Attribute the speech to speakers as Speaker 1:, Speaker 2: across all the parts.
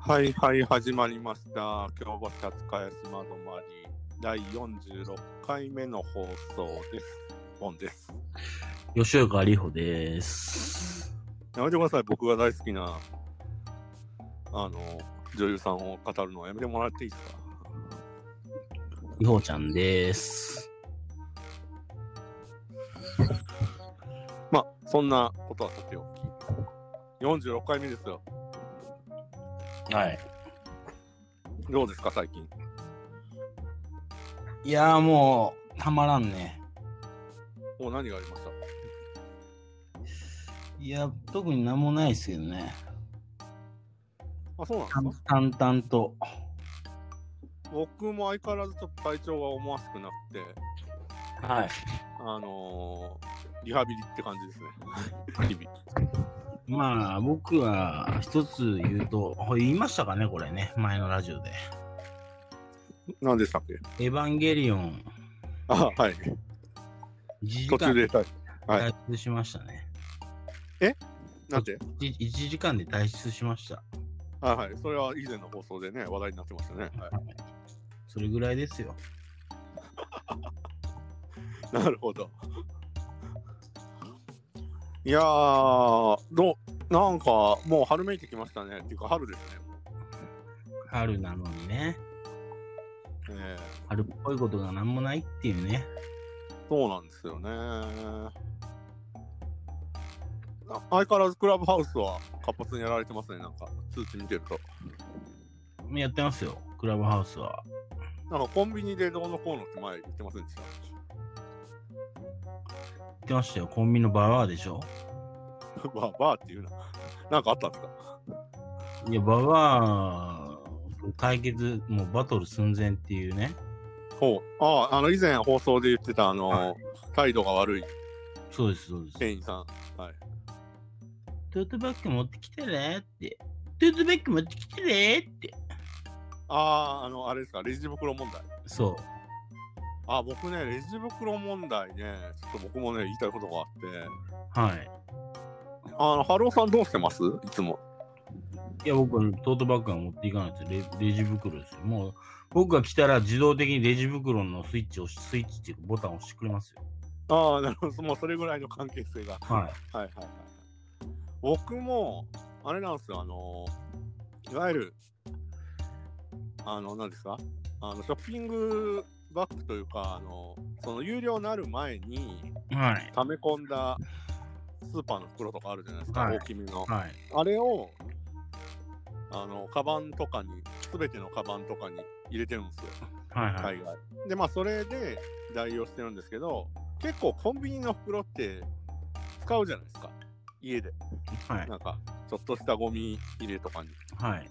Speaker 1: はいはい始まりました京橋勝茅島止まり第46回目の放送です本です
Speaker 2: 吉岡里帆です。
Speaker 1: やめてください僕が大好きなあの女優さんを語るのはやめてもらっていいですか
Speaker 2: 里帆ちゃんです。
Speaker 1: まあそんなことはさておき46回目ですよ
Speaker 2: はい。
Speaker 1: どうですか最近
Speaker 2: いやーもう、たまらんね。
Speaker 1: もう何がありました
Speaker 2: いや、特になんもないですけどね。
Speaker 1: あそうなんですか
Speaker 2: 淡々と。
Speaker 1: 僕も相変わらずちょっと体調が思わしくなくて
Speaker 2: はい。
Speaker 1: あのーリハビリって感じですね日々
Speaker 2: まあ、僕は一つ言うと、これ言いましたかね、これね。前のラジオで。
Speaker 1: 何でしたっけ
Speaker 2: エヴァンゲリオン、
Speaker 1: あはい
Speaker 2: 1時
Speaker 1: 途中
Speaker 2: 間
Speaker 1: で
Speaker 2: で
Speaker 1: 退はい
Speaker 2: 退出しましたね。
Speaker 1: なんで
Speaker 2: い1時間で退出しました。
Speaker 1: はいはい、それは以前の放送でね、話題になってましたね。は
Speaker 2: それぐらいですよ。
Speaker 1: い、なるほど。いやー、どうなんかもう春めいてきましたね。っていうか、春ですね。
Speaker 2: 春なのにね。
Speaker 1: え
Speaker 2: 春っぽいことがなんもないっていうね。
Speaker 1: えそうなんですよね。あ相変わらずクラブハウスは活発にやられてますね、なんか通知見てると。
Speaker 2: やってますよ、クラブハウスは。
Speaker 1: なんかコンビニでどうのこうのって前言ってませんでした。
Speaker 2: 言ってましたよ、コンビニのババアでしょ
Speaker 1: バーバーっていうな。なんかあったんですか
Speaker 2: いや、ババア、対決、もうバトル寸前っていうね。
Speaker 1: ほう。ああ、あの以前放送で言ってた、あの、
Speaker 2: は
Speaker 1: 態度が悪い
Speaker 2: そうです、そうです。
Speaker 1: 店員さん。はい。
Speaker 2: トートバッグ持ってきてねって。トートバッグ持ってきてねって。
Speaker 1: ああ、あの、あれですか、レジ袋問題。
Speaker 2: そう。
Speaker 1: あー僕ね、レジ袋問題ね、ちょっと僕もね、言いたいことがあって、
Speaker 2: はい。
Speaker 1: あの、ハローさんどうしてますいつも。
Speaker 2: いや、僕はトートバッグは持っていかないですレレジ袋ですよ。もう、僕が来たら自動的にレジ袋のスイッチを押し、スイッチっていうかボタンを押してくれますよ。
Speaker 1: ああ、なるほど、もうそれぐらいの関係性が。
Speaker 2: はい。
Speaker 1: はいはいはい。僕も、あれなんですよ、あの、いわゆる、あの、何ですかあの、ショッピングバッグというか、あの、その、有料になる前に、
Speaker 2: はい。
Speaker 1: 溜め込んだスーパーの袋とかあるじゃないですか、
Speaker 2: はい
Speaker 1: 大きめの。
Speaker 2: はい。
Speaker 1: あれを、あの、カバンとかに、すべてのカバンとかに入れてるんですよ、
Speaker 2: はい。はい。
Speaker 1: 海外。で、まあ、それで代用してるんですけど、結構コンビニの袋って使うじゃないですか、家で。
Speaker 2: はい。
Speaker 1: なんか、ちょっとしたゴミ入れとかに。
Speaker 2: はい。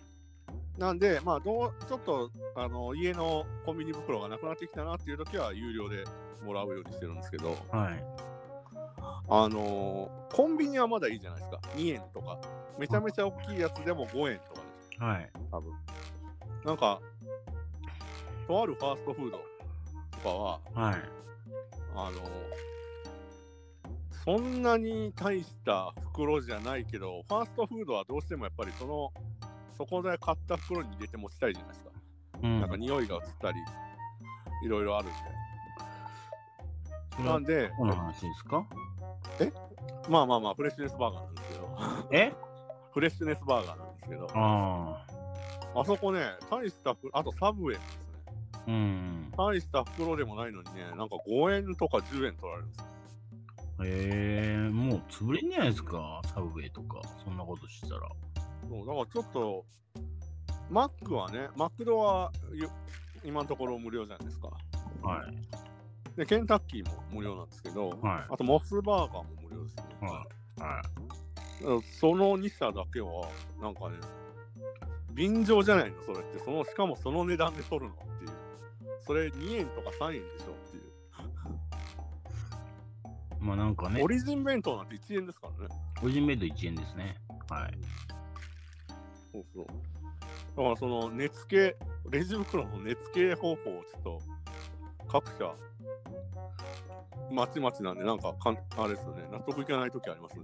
Speaker 1: なんで、まあ、どう、ちょっと、あの、家のコンビニ袋がなくなってきたなっていう時は、有料でもらうようにしてるんですけど、
Speaker 2: はい。
Speaker 1: あのーコンビニはまだいいじゃないですか。2円とか。めちゃめちゃ大きいやつでも5円とかで
Speaker 2: はい。
Speaker 1: 多分なんかとあるファーストフードとかは
Speaker 2: はい。
Speaker 1: あのそんなに大した袋じゃないけどファーストフードはどうしてもやっぱりそのそこで買った袋に入れて持ちたいじゃないですか、
Speaker 2: うん
Speaker 1: なんか匂いが移ったりいろいろあるんで
Speaker 2: それ
Speaker 1: な
Speaker 2: は
Speaker 1: んで
Speaker 2: この話ですか
Speaker 1: まあまあまあフレッシュネスバーガーなんですけど
Speaker 2: え
Speaker 1: フレッシュネスバーガーなんですけど
Speaker 2: あ
Speaker 1: あそこね大したふあとサブウェイもですね
Speaker 2: あ、うん。
Speaker 1: 大した袋でもないのにねなんか5円とか10円取られるんですよ
Speaker 2: えー、もう潰れんじゃないですか、サブウェイとか、そんなことしてたら。
Speaker 1: そうだからちょっと、マックはね、マクドはよ今のところ無料じゃないですか。
Speaker 2: はい。
Speaker 1: で、ケンタッキーも無料なんですけど、
Speaker 2: はい
Speaker 1: あとモスバーガーも無料ですね。
Speaker 2: はは
Speaker 1: だからその2社だけは、なんかね、便乗じゃないの、それって。そのしかもその値段で取るのっていう。それ2円とか3円でしょっていう。
Speaker 2: い。まあなんかね
Speaker 1: オ、リジン弁当なんて1円ですからね。
Speaker 2: 個人メイド1円ですね。はい。
Speaker 1: そうそう。だからその値付け、レジ袋の値付け方法をちょっと各社、まちまちなんで、なんかかん、あれですよね、納得いかないときありますね。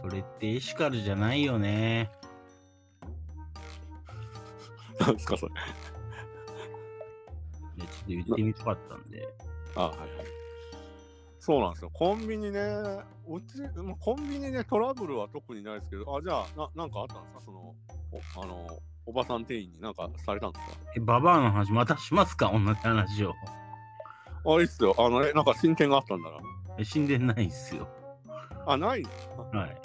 Speaker 2: それってエシカルじゃないよね。
Speaker 1: なんですか、それ。
Speaker 2: ねちょっと言ってみたかったんで。
Speaker 1: あはいはい。そうなんですよ。コンビニね、うち、まあコンビニね、トラブルは特にないですけど、あ、じゃあ、ななんかあったんですかその、おあの、おばさん店員になんかされたんですか
Speaker 2: え、ババアの話、またしますか同じ話を。
Speaker 1: あ、いいっすよ。あの、え、なんか進展があったんだな。
Speaker 2: え死んでないんすよ。
Speaker 1: あ、ない
Speaker 2: はい。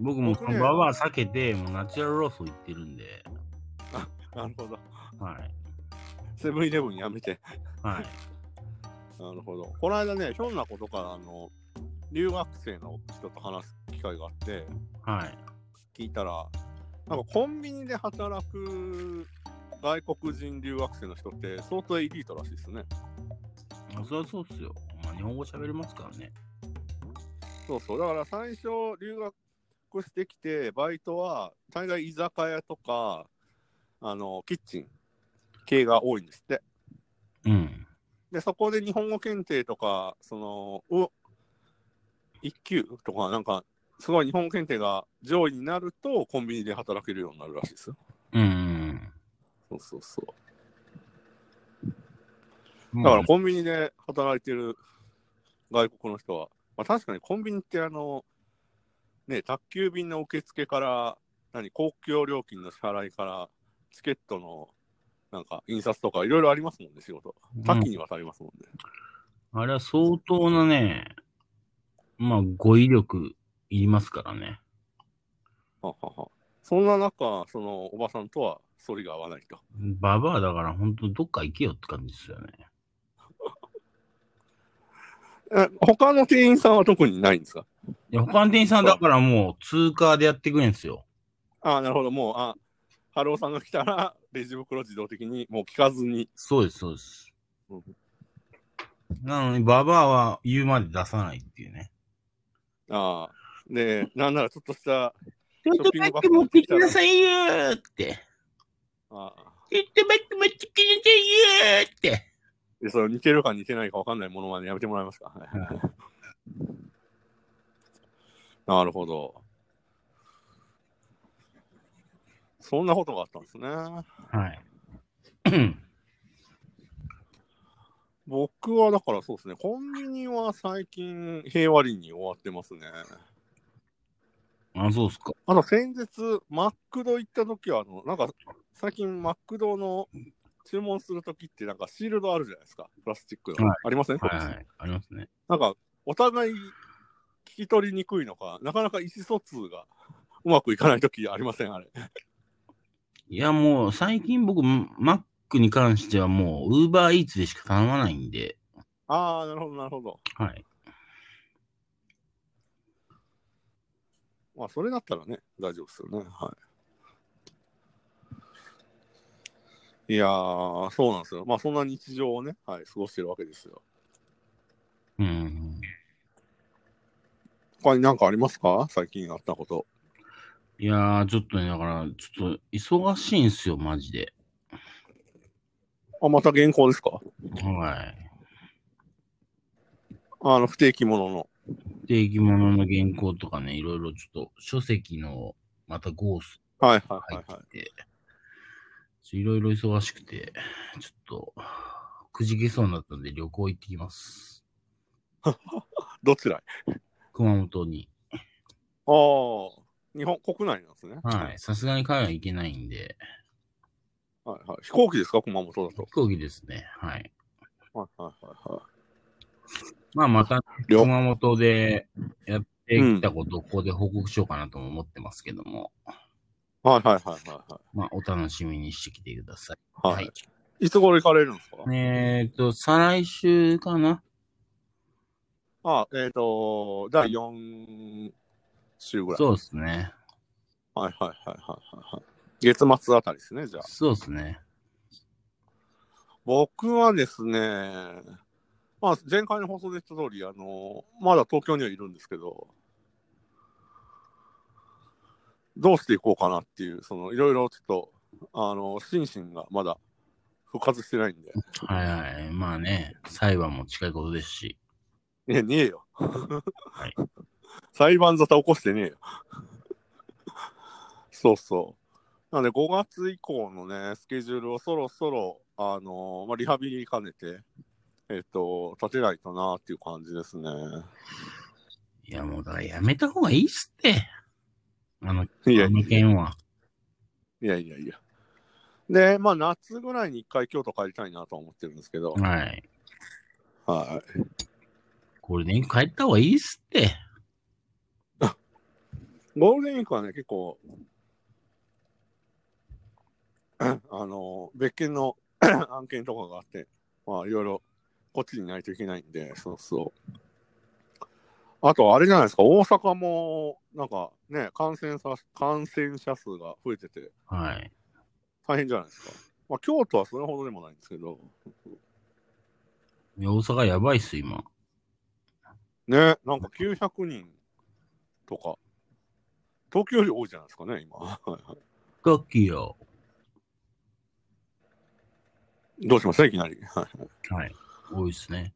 Speaker 2: 僕もそ
Speaker 1: 僕ね
Speaker 2: のババア避けて、もうナチュラルローソン行ってるんで。
Speaker 1: なるほど。
Speaker 2: はい。
Speaker 1: セブンイレブンやめて。
Speaker 2: はい。
Speaker 1: なるほど。この間ね、ひょんなことから、あの、留学生の人と話す機会があって、
Speaker 2: はい。
Speaker 1: 聞いたら、なんかコンビニで働く外国人留学生の人って相当エリートらしいですね。
Speaker 2: あそりゃそうっすよ。まあ、日本語喋れますからね。
Speaker 1: そうそう。だから最初、留学してきて、バイトは、大概居酒屋とか、あの、キッチン系が多いんですって。
Speaker 2: うん。
Speaker 1: で、そこで日本語検定とか、その、う一級とか、なんか、すごい日本語検定が上位になると、コンビニで働けるようになるらしいですよ。
Speaker 2: うん。
Speaker 1: そうそうそう。
Speaker 2: だ
Speaker 1: だからコンビニで働いてる外国の人は、まあ、確かにコンビニってあの、ね、宅急便の受付から、何、公共料金の支払いから、チケットの、なんか、印刷とか、いろいろありますもんね、仕事。多岐にわたりますもんね。
Speaker 2: あれは相当なね、まあ、語彙力いりますからね。
Speaker 1: はははそんな中、その、おばさんとは、反りが合わないと。
Speaker 2: ババアだから、本当どっか行けよって感じですよね。
Speaker 1: え他の店員さんは特にないんですか
Speaker 2: いや、他の店員さんだからもう通過でやってくれんすよ。
Speaker 1: ああ、なるほど、もう、あ、ハローさんが来たら、レジ袋自動的に、もう聞かずに。
Speaker 2: そうです、そうです
Speaker 1: うん。
Speaker 2: なのに、ババアは言うまで出さないっていうね。
Speaker 1: ああ。で、なんならちょっとした、
Speaker 2: ちょっ
Speaker 1: ョッ
Speaker 2: と
Speaker 1: ピン
Speaker 2: バ
Speaker 1: グ
Speaker 2: ッ
Speaker 1: バ
Speaker 2: グ
Speaker 1: ッグ
Speaker 2: 持
Speaker 1: 持
Speaker 2: っ
Speaker 1: ってて
Speaker 2: き
Speaker 1: き
Speaker 2: な
Speaker 1: な
Speaker 2: さ
Speaker 1: さ
Speaker 2: いよーって。
Speaker 1: ああ。
Speaker 2: ちょっとバッグ持ってきなさいよーって。
Speaker 1: でその似てるか似てないか分かんないものまでやめてもらえますか。はい
Speaker 2: はい
Speaker 1: なるほど。そんなことがあったんですね。
Speaker 2: はい。
Speaker 1: 僕はだからそうですね、コンビニは最近平和裏に終わってますね。
Speaker 2: あ、そうっすか。
Speaker 1: あの先日、マックド行った時はあの、なんか最近マックドの注文する時ってなんかシールドあるじゃないですか、プラスチックの。
Speaker 2: はい
Speaker 1: ありません、
Speaker 2: はいはい。ありますね。
Speaker 1: なんか、お互い聞き取りにくいのか、なかなか意思疎通がうまくいかないときありません、あれ。
Speaker 2: いや、もう最近僕、マックに関してはもう、ウーバーイーツでしか頼まないんで、
Speaker 1: ああ、なるほど、なるほど。
Speaker 2: はい。
Speaker 1: まあ、それだったらね、大丈夫ですよね。はい。いやー、そうなんですよ。まあ、そんな日常をね、はい、過ごしてるわけですよ。
Speaker 2: うん。
Speaker 1: 他に何かありますか最近あったこと。
Speaker 2: いやー、ちょっとね、だから、ちょっと、忙しいんすよ、マジで。
Speaker 1: あ、また原稿ですか
Speaker 2: は
Speaker 1: あの、不定期ものの。
Speaker 2: い。定期物の原稿とかね、いろいろちょっと、書籍の、またゴース
Speaker 1: はいはい
Speaker 2: 入
Speaker 1: は
Speaker 2: っ
Speaker 1: い、はい。
Speaker 2: てて、ちょいろいろ忙しくて、ちょっと、くじけそうになったんで旅行行ってきます。
Speaker 1: どちらへ
Speaker 2: 熊本に。
Speaker 1: ああ、日本国内なんですね。
Speaker 2: はい。さすがに海外行けないんで、
Speaker 1: はいはい。飛行機ですか熊本だと
Speaker 2: 飛。行機ですね。はい。
Speaker 1: はいはいはいはい。
Speaker 2: まあ、また、
Speaker 1: 了
Speaker 2: 熊本でやってきたことをここで報告しようかなとも思ってますけども、
Speaker 1: はいはいはいはい
Speaker 2: まあ、お楽しみにしてきてください。
Speaker 1: はい。はい、いつ頃行かれるんですか、
Speaker 2: えっ、と、再来週かな
Speaker 1: あ、えっ、と、第4週ぐらい。
Speaker 2: そうですね。
Speaker 1: はいはいはいはいはいはい。月末あたりですね、じゃあ。
Speaker 2: そうですね。
Speaker 1: 僕はですね、まあ、前回の放送で言った通り、あの、まだ東京にはいるんですけど、どうしていこうかなっていう、その、いろいろちょっと、あの、心身がまだ復活してないんで、
Speaker 2: はいはい。まあね、裁判も近いことですし。
Speaker 1: いや、ねえよ。
Speaker 2: い
Speaker 1: 裁判沙汰起こしてねえよ。そうそなので5月以降のね、スケジュールをそろそろ、あのーまあ、リハビリ兼ねて、えっ、と、立てないとなっていう感じですね。
Speaker 2: いや、もうだからやめた方がいいっすって。あの、
Speaker 1: いや
Speaker 2: あの件は。
Speaker 1: いやいやいや。で、まあ夏ぐらいに一回京都帰りたいなとは思ってるんですけど、
Speaker 2: はい。
Speaker 1: はい。
Speaker 2: ゴールデンウィーク帰った方がいいっすって。
Speaker 1: ゴールデンウィークはね、結構、 あの、別件の 案件とかがあって、まあ、いろいろ、こっちにないといけないんで、そうそう。あと、あれじゃないですか、大阪も、なんかね、感染者、感染者数が増えてて、
Speaker 2: はい。
Speaker 1: 大変じゃないですか。まあ、京都はそれほどでもないんですけど、
Speaker 2: いや大阪やばいっす、今。
Speaker 1: ね、なんか900人とか、東京より多いじゃないですかね、今。 はいは
Speaker 2: ガッキーよ。
Speaker 1: いどうしましたいきなり。はい
Speaker 2: はい。多いっすね。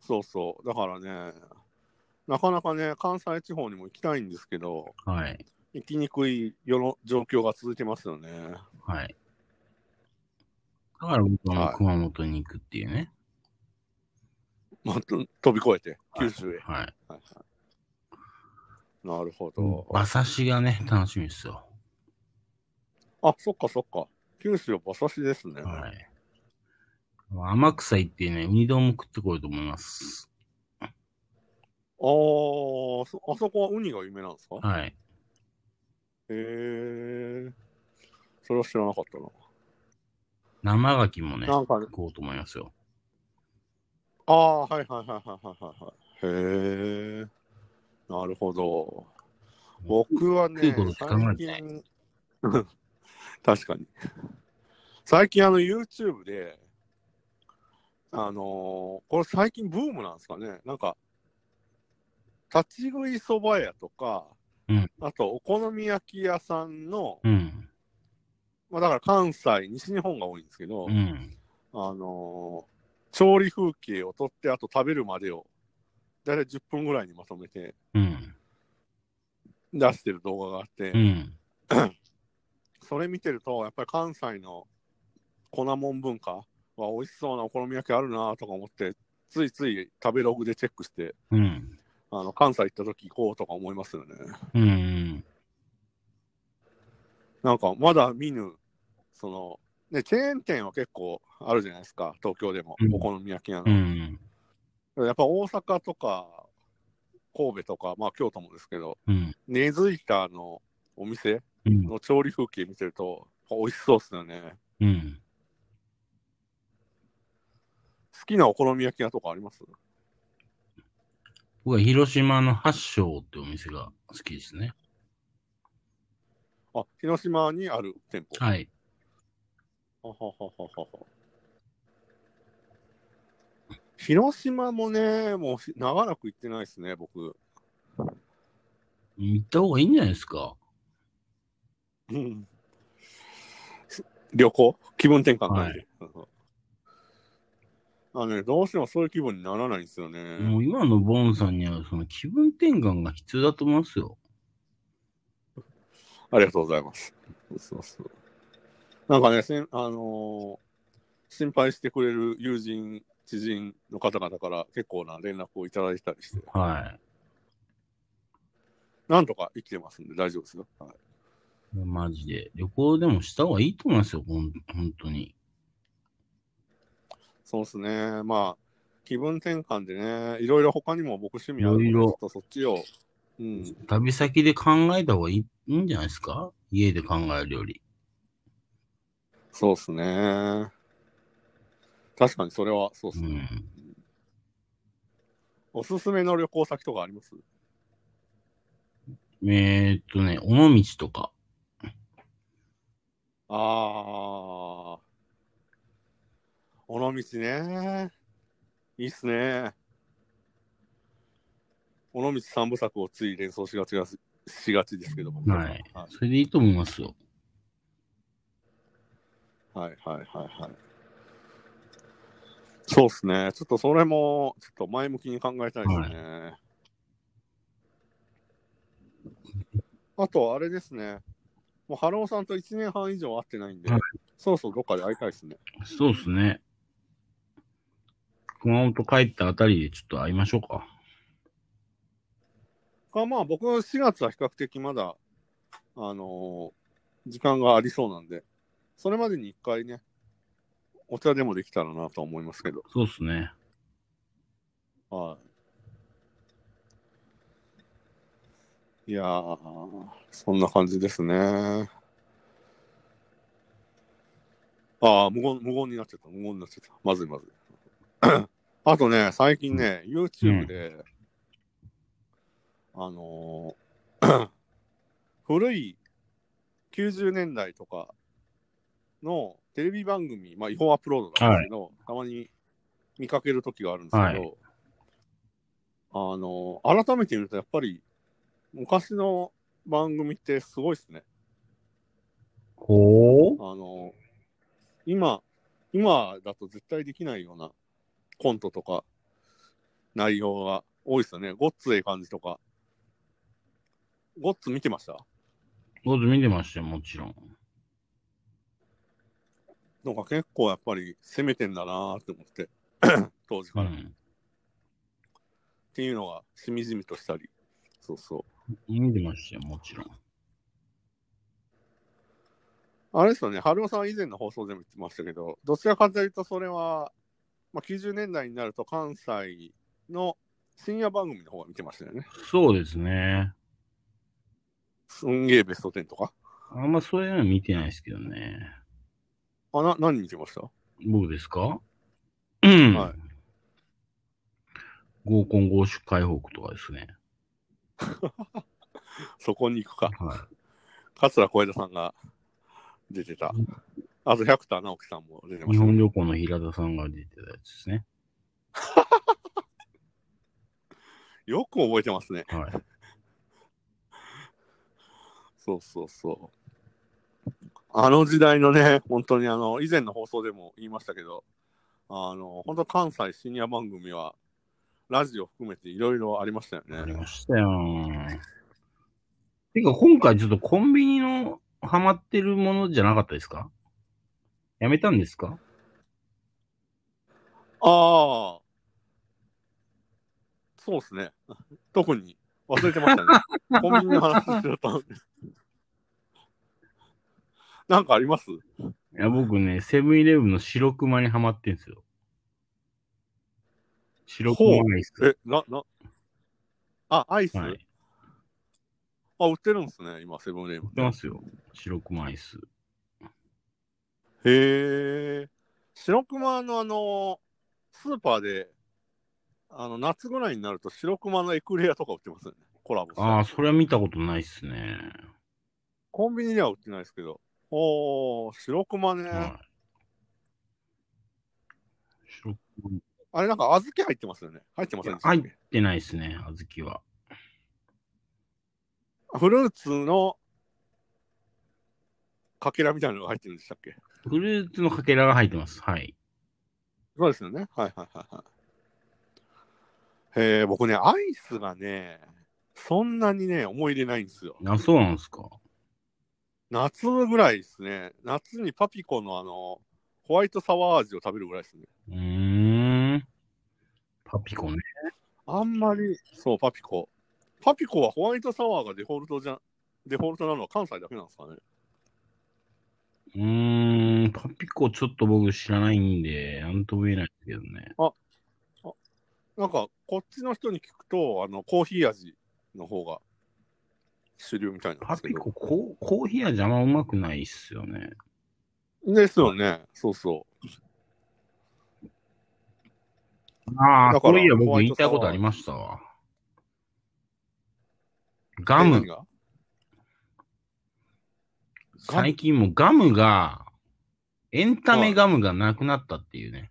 Speaker 1: そうそう。だからね、なかなかね、関西地方にも行きたいんですけど、
Speaker 2: はい。
Speaker 1: 行きにくい世の状況が続いてますよね。
Speaker 2: はい。だから僕はも
Speaker 1: は
Speaker 2: う
Speaker 1: い
Speaker 2: 熊本に行くっていうね。
Speaker 1: まあ、と飛び越えて、九州へ。
Speaker 2: はい。
Speaker 1: はいはいなるほど。
Speaker 2: 馬刺しがね、楽しみっすよ。
Speaker 1: あ、そっかそっか。九州は馬刺しですね。
Speaker 2: はい。天草行ってね、ウニ丼も食ってこようと思います。
Speaker 1: あーそあそこはウニが有名なんですか
Speaker 2: はい。
Speaker 1: へえ。それは知らなかったな。
Speaker 2: 生牡蠣もね、
Speaker 1: なんかね
Speaker 2: 行、こうと思いますよ。
Speaker 1: ああ、はいはいはいはいはいはいはい。へえ。なるほど。僕は
Speaker 2: 食
Speaker 1: ね
Speaker 2: うこと、しか考
Speaker 1: 最
Speaker 2: えてない
Speaker 1: 近、 確かに。最近、あの、YouTube で、あのーこれ最近ブームなんですかね。なんか、立ち食いそば屋とか、
Speaker 2: うん
Speaker 1: あと、お好み焼き屋さんの、
Speaker 2: うん。
Speaker 1: まあ、だから関西、西日本が多いんですけど、
Speaker 2: うん。
Speaker 1: あのー調理風景を撮って、あと食べるまでを、だいたい10分ぐらいにまとめて
Speaker 2: うん。
Speaker 1: 出してる動画があって、
Speaker 2: うん。
Speaker 1: それ見てると、やっぱり関西の粉もん文化は美味しそうなお好み焼きあるなとか思って、ついつい食べログでチェックして、
Speaker 2: うん。
Speaker 1: あの関西行った時行こうとか思いますよね。
Speaker 2: うん。
Speaker 1: なんかまだ見ぬ、その、ね、チェーン店は結構あるじゃないですか、東京でも
Speaker 2: う、ん
Speaker 1: お好み焼き屋の。
Speaker 2: うん。
Speaker 1: やっぱ大阪とか、神戸とか、まあ京都もですけど、
Speaker 2: うん。
Speaker 1: 根付いたあのお店
Speaker 2: うん。
Speaker 1: の調理風景見てると、美味しそうっすよね。
Speaker 2: うん。
Speaker 1: 好きなお好み焼き屋とかあります
Speaker 2: 僕は広島の八章ってお店が好きですね。
Speaker 1: あ、広島にある店舗。
Speaker 2: はい。
Speaker 1: はははははは広島もね、もうし長らく行ってないですね、僕。
Speaker 2: 行った方がいいんじゃないですか。
Speaker 1: うん旅行気分転換会で。あのね、どうしてもそういう気分にならないんですよね。
Speaker 2: もう今のボンさんにはその気分転換が必要だと思いますよ。
Speaker 1: ありがとうございます。そうそうなんかね、せんあのー心配してくれる友人、知人の方々から結構な連絡をいただいたりして、
Speaker 2: は
Speaker 1: なんとか生きてますんで大丈夫ですよ。はい、
Speaker 2: い。マジで。旅行でもした方がいいと思いますよ。ほん本当に。
Speaker 1: そうですね。まあ、気分転換でね、いろいろ他にも僕趣味あるので
Speaker 2: いろいろ
Speaker 1: ちょっとそっちを、うん、
Speaker 2: 旅先で考えた方がいいんじゃないですか家で考えるより。
Speaker 1: そうですね。確かにそれはそうで
Speaker 2: う
Speaker 1: すね。
Speaker 2: ん。
Speaker 1: おすすめの旅行先とかあります
Speaker 2: えー、っとね、尾道とか。
Speaker 1: ああ。尾道ね。いいっすね。尾道三部作をつい連想しがちがすしがちですけども。
Speaker 2: はい
Speaker 1: は。
Speaker 2: それでいいと思いますよ。
Speaker 1: いはいはいはいはい。そうっすね。ちょっとそれも、ちょっと前向きに考えたいですね。あと、あれですね。もう、ハローさんと1年半以上会ってないんで、
Speaker 2: はい
Speaker 1: そろそろどっかで会いたいですね。
Speaker 2: そうですね。熊本帰ったあたりでちょっと会いましょうか。
Speaker 1: かまあ、僕は4月は比較的まだ、あのー時間がありそうなんで、それまでに一回ね、お茶でもできたらなと思いますけど。
Speaker 2: そうですね。
Speaker 1: はい。いやー、そんな感じですね。ああ、無言、無言になっちゃった。無言になっちゃった。まずいまずい。 あとね、最近ね、YouTube で、あのー 古い90年代とかのテレビ番組、まあ違法アップロードなんですけど、たまに見かける時があるんですけど、
Speaker 2: はい
Speaker 1: あのー改めて見るとやっぱり昔の番組ってすごいですね。
Speaker 2: ほう
Speaker 1: あの、今、今だと絶対できないようなコントとか内容が多いですよね。ごっつええ感じとか。ごっつ見てました
Speaker 2: 僕見てましたよ、もちろん。
Speaker 1: なんか結構やっぱり攻めてんだなーって思 って、当時
Speaker 2: う
Speaker 1: から。っ
Speaker 2: ん。
Speaker 1: ていうのがしみじみとしたり。そうそう。
Speaker 2: 見てましたよ、もちろん。
Speaker 1: あれですよね、春尾さんは以前の放送でも言ってましたけど、どちらかというと、それは、まあ、90年代になると関西の深夜番組の方が見てましたよね。
Speaker 2: そうですね。
Speaker 1: すんげえベスト10とか。
Speaker 2: あんまそういうの見てないですけどね。
Speaker 1: あ、な、何見てました
Speaker 2: 僕ですかうん。
Speaker 1: はい
Speaker 2: 合コン合宿解放区とかですね。
Speaker 1: そこに行くか。
Speaker 2: はい。
Speaker 1: 桂小枝さんが出てた。あと、百田直樹さんも出てま
Speaker 2: 日
Speaker 1: したね、
Speaker 2: 本旅行の平田さんが出てたやつですね。
Speaker 1: よく覚えてますね。
Speaker 2: はい。
Speaker 1: そうそうそう。あの時代のね、本当にあの、以前の放送でも言いましたけど、あの、本当関西シニア番組は、ラジオ含めていろいろありましたよ
Speaker 2: あり
Speaker 1: ね。
Speaker 2: ましたよ。てか、今回ちょっとコンビニのハマってるものじゃなかったですかやめたんですか
Speaker 1: ああ。そうですね。 特に忘れてました ね。コンビニの話しちゃったんです。なんかあります
Speaker 2: いや、僕ね、セブンイレブンの白熊にハマってんですよ。白熊アイス。
Speaker 1: え、な、な、あ、アイス、
Speaker 2: はい。
Speaker 1: あ、売ってるんですね、今、セブンイレブ
Speaker 2: 売
Speaker 1: ン
Speaker 2: って
Speaker 1: で。
Speaker 2: ますよ。白熊アイス。
Speaker 1: へえ。白熊のあの、スーパーで、あの、夏ぐらいになると白熊のエクレアとか売ってますよね。コラボして。
Speaker 2: ああ、それは見たことないっすね。
Speaker 1: コンビニでは売ってないですけど。おー、白熊ね。
Speaker 2: はい。白熊入
Speaker 1: あれなんか小豆入ってますよね。入ってませんでしたっ
Speaker 2: い
Speaker 1: け
Speaker 2: や入ってないっすね、小豆は。
Speaker 1: フルーツのかけらみたいなのが入ってるんでしたっけ
Speaker 2: フルーツのかけらが入ってます。はい。
Speaker 1: そうですよね。はいはいはいはい。えー、僕ね、アイスがね、そんなにね、思い入れないんですよ。
Speaker 2: あ、そうなんですか。
Speaker 1: 夏ぐらいですね。夏にパピコのあの、ホワイトサワー味を食べるぐらいですね。
Speaker 2: うーん。パピコね。
Speaker 1: あんまり、そう、パピコ。パピコはホワイトサワーがデフォルトじゃ、デフォルトなのは関西だけなんですかね。
Speaker 2: うーん。パピコちょっと僕知らないんで、なんとも言えないですけどね。
Speaker 1: なんか、こっちの人に聞くと、あの、コーヒー味の方が主流みたいなんで
Speaker 2: パ
Speaker 1: すけ
Speaker 2: ピ
Speaker 1: ど。
Speaker 2: コ、コーコーヒー味あんまうまくないっすよね。
Speaker 1: ですよね。そうそう。
Speaker 2: ああ、
Speaker 1: だ
Speaker 2: コ
Speaker 1: から
Speaker 2: ーヒーは僕言いたいことありましたわ。ガ
Speaker 1: え何
Speaker 2: ム。
Speaker 1: がガム
Speaker 2: 最近もうガムが、エンタメガムがなくなったっていうね。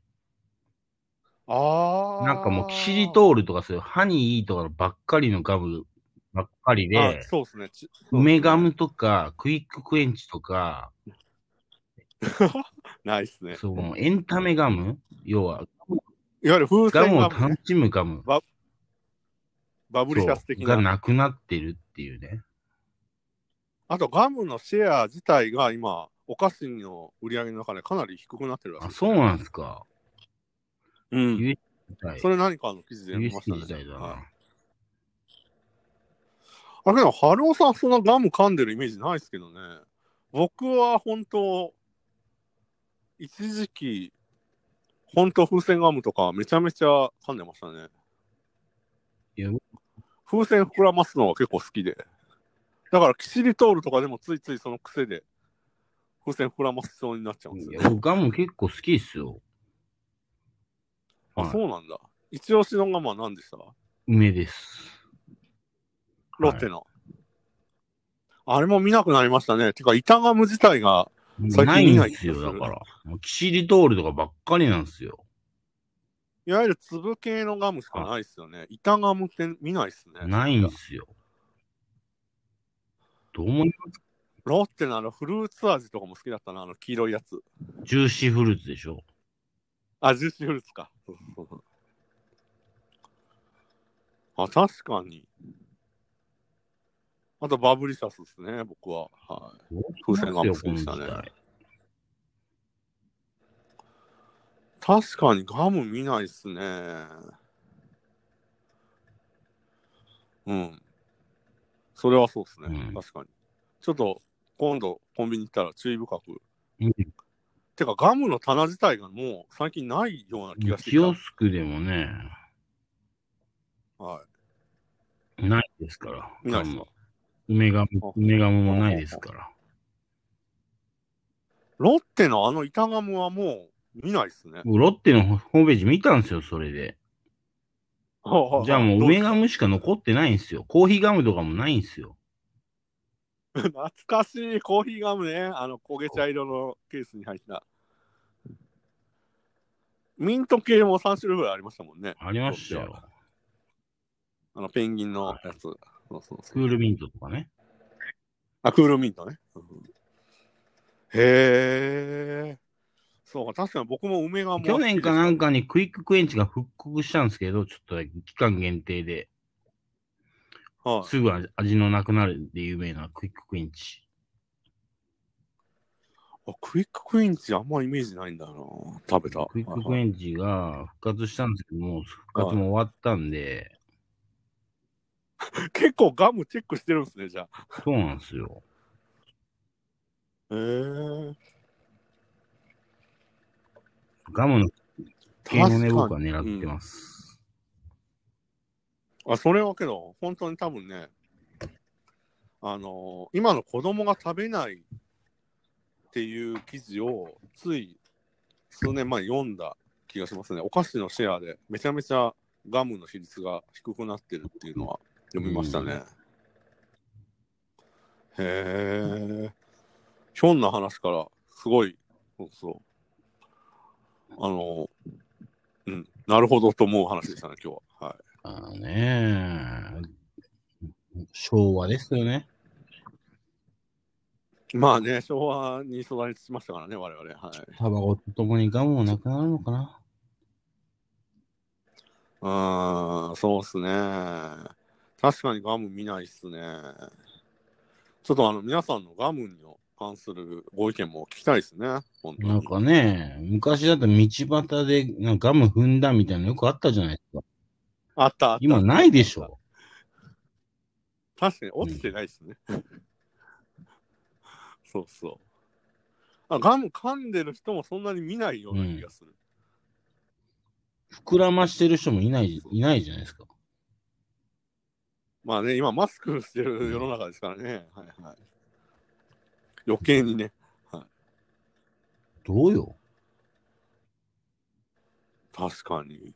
Speaker 1: ああ。
Speaker 2: なんかもうキシリトールとかそういうハニーとかばっかりのガムばっかり
Speaker 1: あ
Speaker 2: で、
Speaker 1: そうですね。ち
Speaker 2: 梅ガムとかクイッククエンチとか、
Speaker 1: ないですね。
Speaker 2: そうもうエンタメガム要は、
Speaker 1: いわゆる風
Speaker 2: ガ
Speaker 1: 船
Speaker 2: ムを
Speaker 1: ガム、
Speaker 2: 楽
Speaker 1: ね、
Speaker 2: しむガム
Speaker 1: バブリシャス
Speaker 2: そう
Speaker 1: 的
Speaker 2: が
Speaker 1: な。
Speaker 2: なくなってるっていうね。
Speaker 1: あとガムのシェア自体が今、お菓子の売り上げの中でかなり低くなってるらしい
Speaker 2: あ、。そうなんですか。
Speaker 1: うん。
Speaker 2: はい
Speaker 1: そ。れ何かの記事で見ました
Speaker 2: USD
Speaker 1: ね。
Speaker 2: 時代だ
Speaker 1: はい
Speaker 2: な。
Speaker 1: あれけど、春尾さん、そんなガム噛んでるイメージないですけどね。僕は本当、一時期、本当風船ガムとかめちゃめちゃ噛んでましたね。
Speaker 2: いや
Speaker 1: 風船膨らますのが結構好きで。だから、キシリトールとかでもついついその癖で、風船膨らませそうになっちゃうんです
Speaker 2: い
Speaker 1: よね。
Speaker 2: や、僕ガム結構好きですよ。
Speaker 1: あ、
Speaker 2: は
Speaker 1: そうなんだ。一押しのガムは何でした
Speaker 2: い。梅です。
Speaker 1: ロッテの。あれも見なくなりましたね。てか、板ガム自体が、最近
Speaker 2: ないんです
Speaker 1: 見
Speaker 2: よ、
Speaker 1: ない気
Speaker 2: だか
Speaker 1: がする
Speaker 2: ら。もうキシリトールとかばっかりなんですよ。
Speaker 1: いわゆる粒系のガムしかないですよね。板ガムって見ないですね。
Speaker 2: ないんですよ。どう思います
Speaker 1: ロッテのあのフルーツ味とかも好きだったな、あの黄色いやつ。
Speaker 2: ジューシーフルーツでしょ。
Speaker 1: あ、ジューシーフルーツか。そうそうそうあ、確かに。あとバブリシャスですね、僕は。はい、風船が好きでしたね
Speaker 2: この時代
Speaker 1: 確かにガム見ないですね。うん。それはそうですね、
Speaker 2: うん
Speaker 1: 確かに。ちょっと今度コンビニ行ったら注意深く
Speaker 2: うん
Speaker 1: てか、ガムの棚自体がもう最近ないような気がしてき
Speaker 2: キオ
Speaker 1: た。
Speaker 2: スクでもね、
Speaker 1: はい、
Speaker 2: ないですから。
Speaker 1: 見ないです
Speaker 2: ガム梅ガム
Speaker 1: あ、
Speaker 2: 梅ガムもないですから。
Speaker 1: ロッテのあの板ガムはもう見ないですね。
Speaker 2: 僕ロッテのホームページ見たんですよ、それで。じゃあもう梅ガムしか残ってないんですよ。コーヒーガムとかもないんですよ。
Speaker 1: 懐かしいコーヒーガムね。あの焦げ茶色のケースに入った。ミント系も3種類ぐらいありましたもんね。
Speaker 2: ありました
Speaker 1: ロッテ
Speaker 2: よ。
Speaker 1: あのペンギンのやつ。そうそう
Speaker 2: ク
Speaker 1: そう
Speaker 2: ールミントとかね。
Speaker 1: あ、クールミントね。うんへえ。そうか、確かに僕も梅ガムは好きで
Speaker 2: 去
Speaker 1: した
Speaker 2: 年かなんかにクイッククエンチが復刻したんですけど、ちょっと期間限定で、
Speaker 1: はい
Speaker 2: すぐ味味のなくなるで有名なクイッククエンチ。
Speaker 1: あクイッククインチあんまイメージないんだな。食べた。
Speaker 2: クイック
Speaker 1: は
Speaker 2: ク
Speaker 1: いはい
Speaker 2: エンチが復活したんですけど、もう復活も終わったんで、
Speaker 1: 結構ガムチェックしてるんですね、じゃあ。
Speaker 2: そうなんですよ。
Speaker 1: へえ。
Speaker 2: ガムの系のね、
Speaker 1: 確
Speaker 2: 僕
Speaker 1: か
Speaker 2: は
Speaker 1: に。
Speaker 2: 狙ってます。
Speaker 1: あ、それはけど、本当に多分ね、あのー今の子供が食べないっていう記事を、つい数年前に読んだ気がしますね。お菓子のシェアで、めちゃめちゃガムの比率が低くなってるっていうのは読みましたね。へえ。ひょんな話から、すごい、そうそう。あのーうん、なるほどと思う話でしたね、今日は。はい。
Speaker 2: あのね昭和ですよね。
Speaker 1: まあね、昭和に育ちましたからね、我々。はい。
Speaker 2: タバコとともにガムもなくなるのかな。
Speaker 1: うーん、そうっすね。確かにガム見ないっすね。ちょっとあの、皆さんのガムに関するご意見も聞きたいですね、本当
Speaker 2: なん
Speaker 1: に。
Speaker 2: かね、昔だと道端でなんかガム踏んだみたいなのよくあったじゃないですか。
Speaker 1: あった、あった
Speaker 2: 今ないでしょ。
Speaker 1: 確かに落ちてないっすね。 そうそう。あガム噛んでる人もそんなに見ないような気がする。
Speaker 2: 膨らましてる人もいない、いないじゃないですか。
Speaker 1: まあね、今マスクしてる世の中ですからね。はいはい。余計にね。
Speaker 2: どうよ。
Speaker 1: 確かに。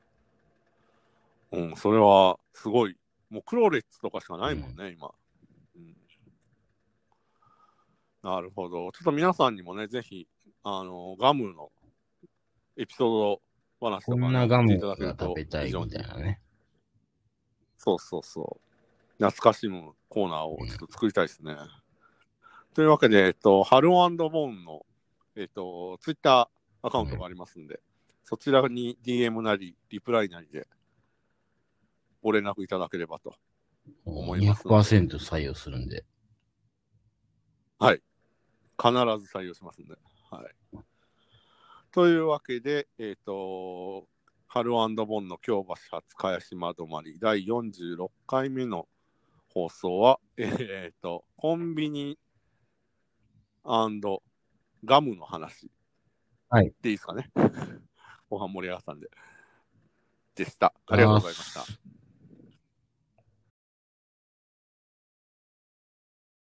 Speaker 1: うん、それはすごい。もうクロレッツとかしかないもんね、今、うん。なるほど。ちょっと皆さんにもね、ぜひ、あの、ガムのエピソード話とか
Speaker 2: こ
Speaker 1: ね、
Speaker 2: んなガム
Speaker 1: いただ
Speaker 2: が
Speaker 1: けると
Speaker 2: 食べたいみたいなね。
Speaker 1: そうそうそう。懐かしむコーナーをちょっと作りたいですね。というわけで、えっと、ハローボーンの、えっと、ツイッターアカウントがありますんで、そちらに DM なり、リプライなりで、ご連絡いただければと。
Speaker 2: もう
Speaker 1: 思います
Speaker 2: 200%採用するんで。
Speaker 1: 必ず採用しますんで。はい。というわけで、えっ、と、ハルボンの京橋初茅島止まり第46回目の放送は、えっ、と、コンビニガムの話。
Speaker 2: はい。
Speaker 1: でいいですかね。後半盛り上がったんで。でした。ありがとうございました。
Speaker 2: あー。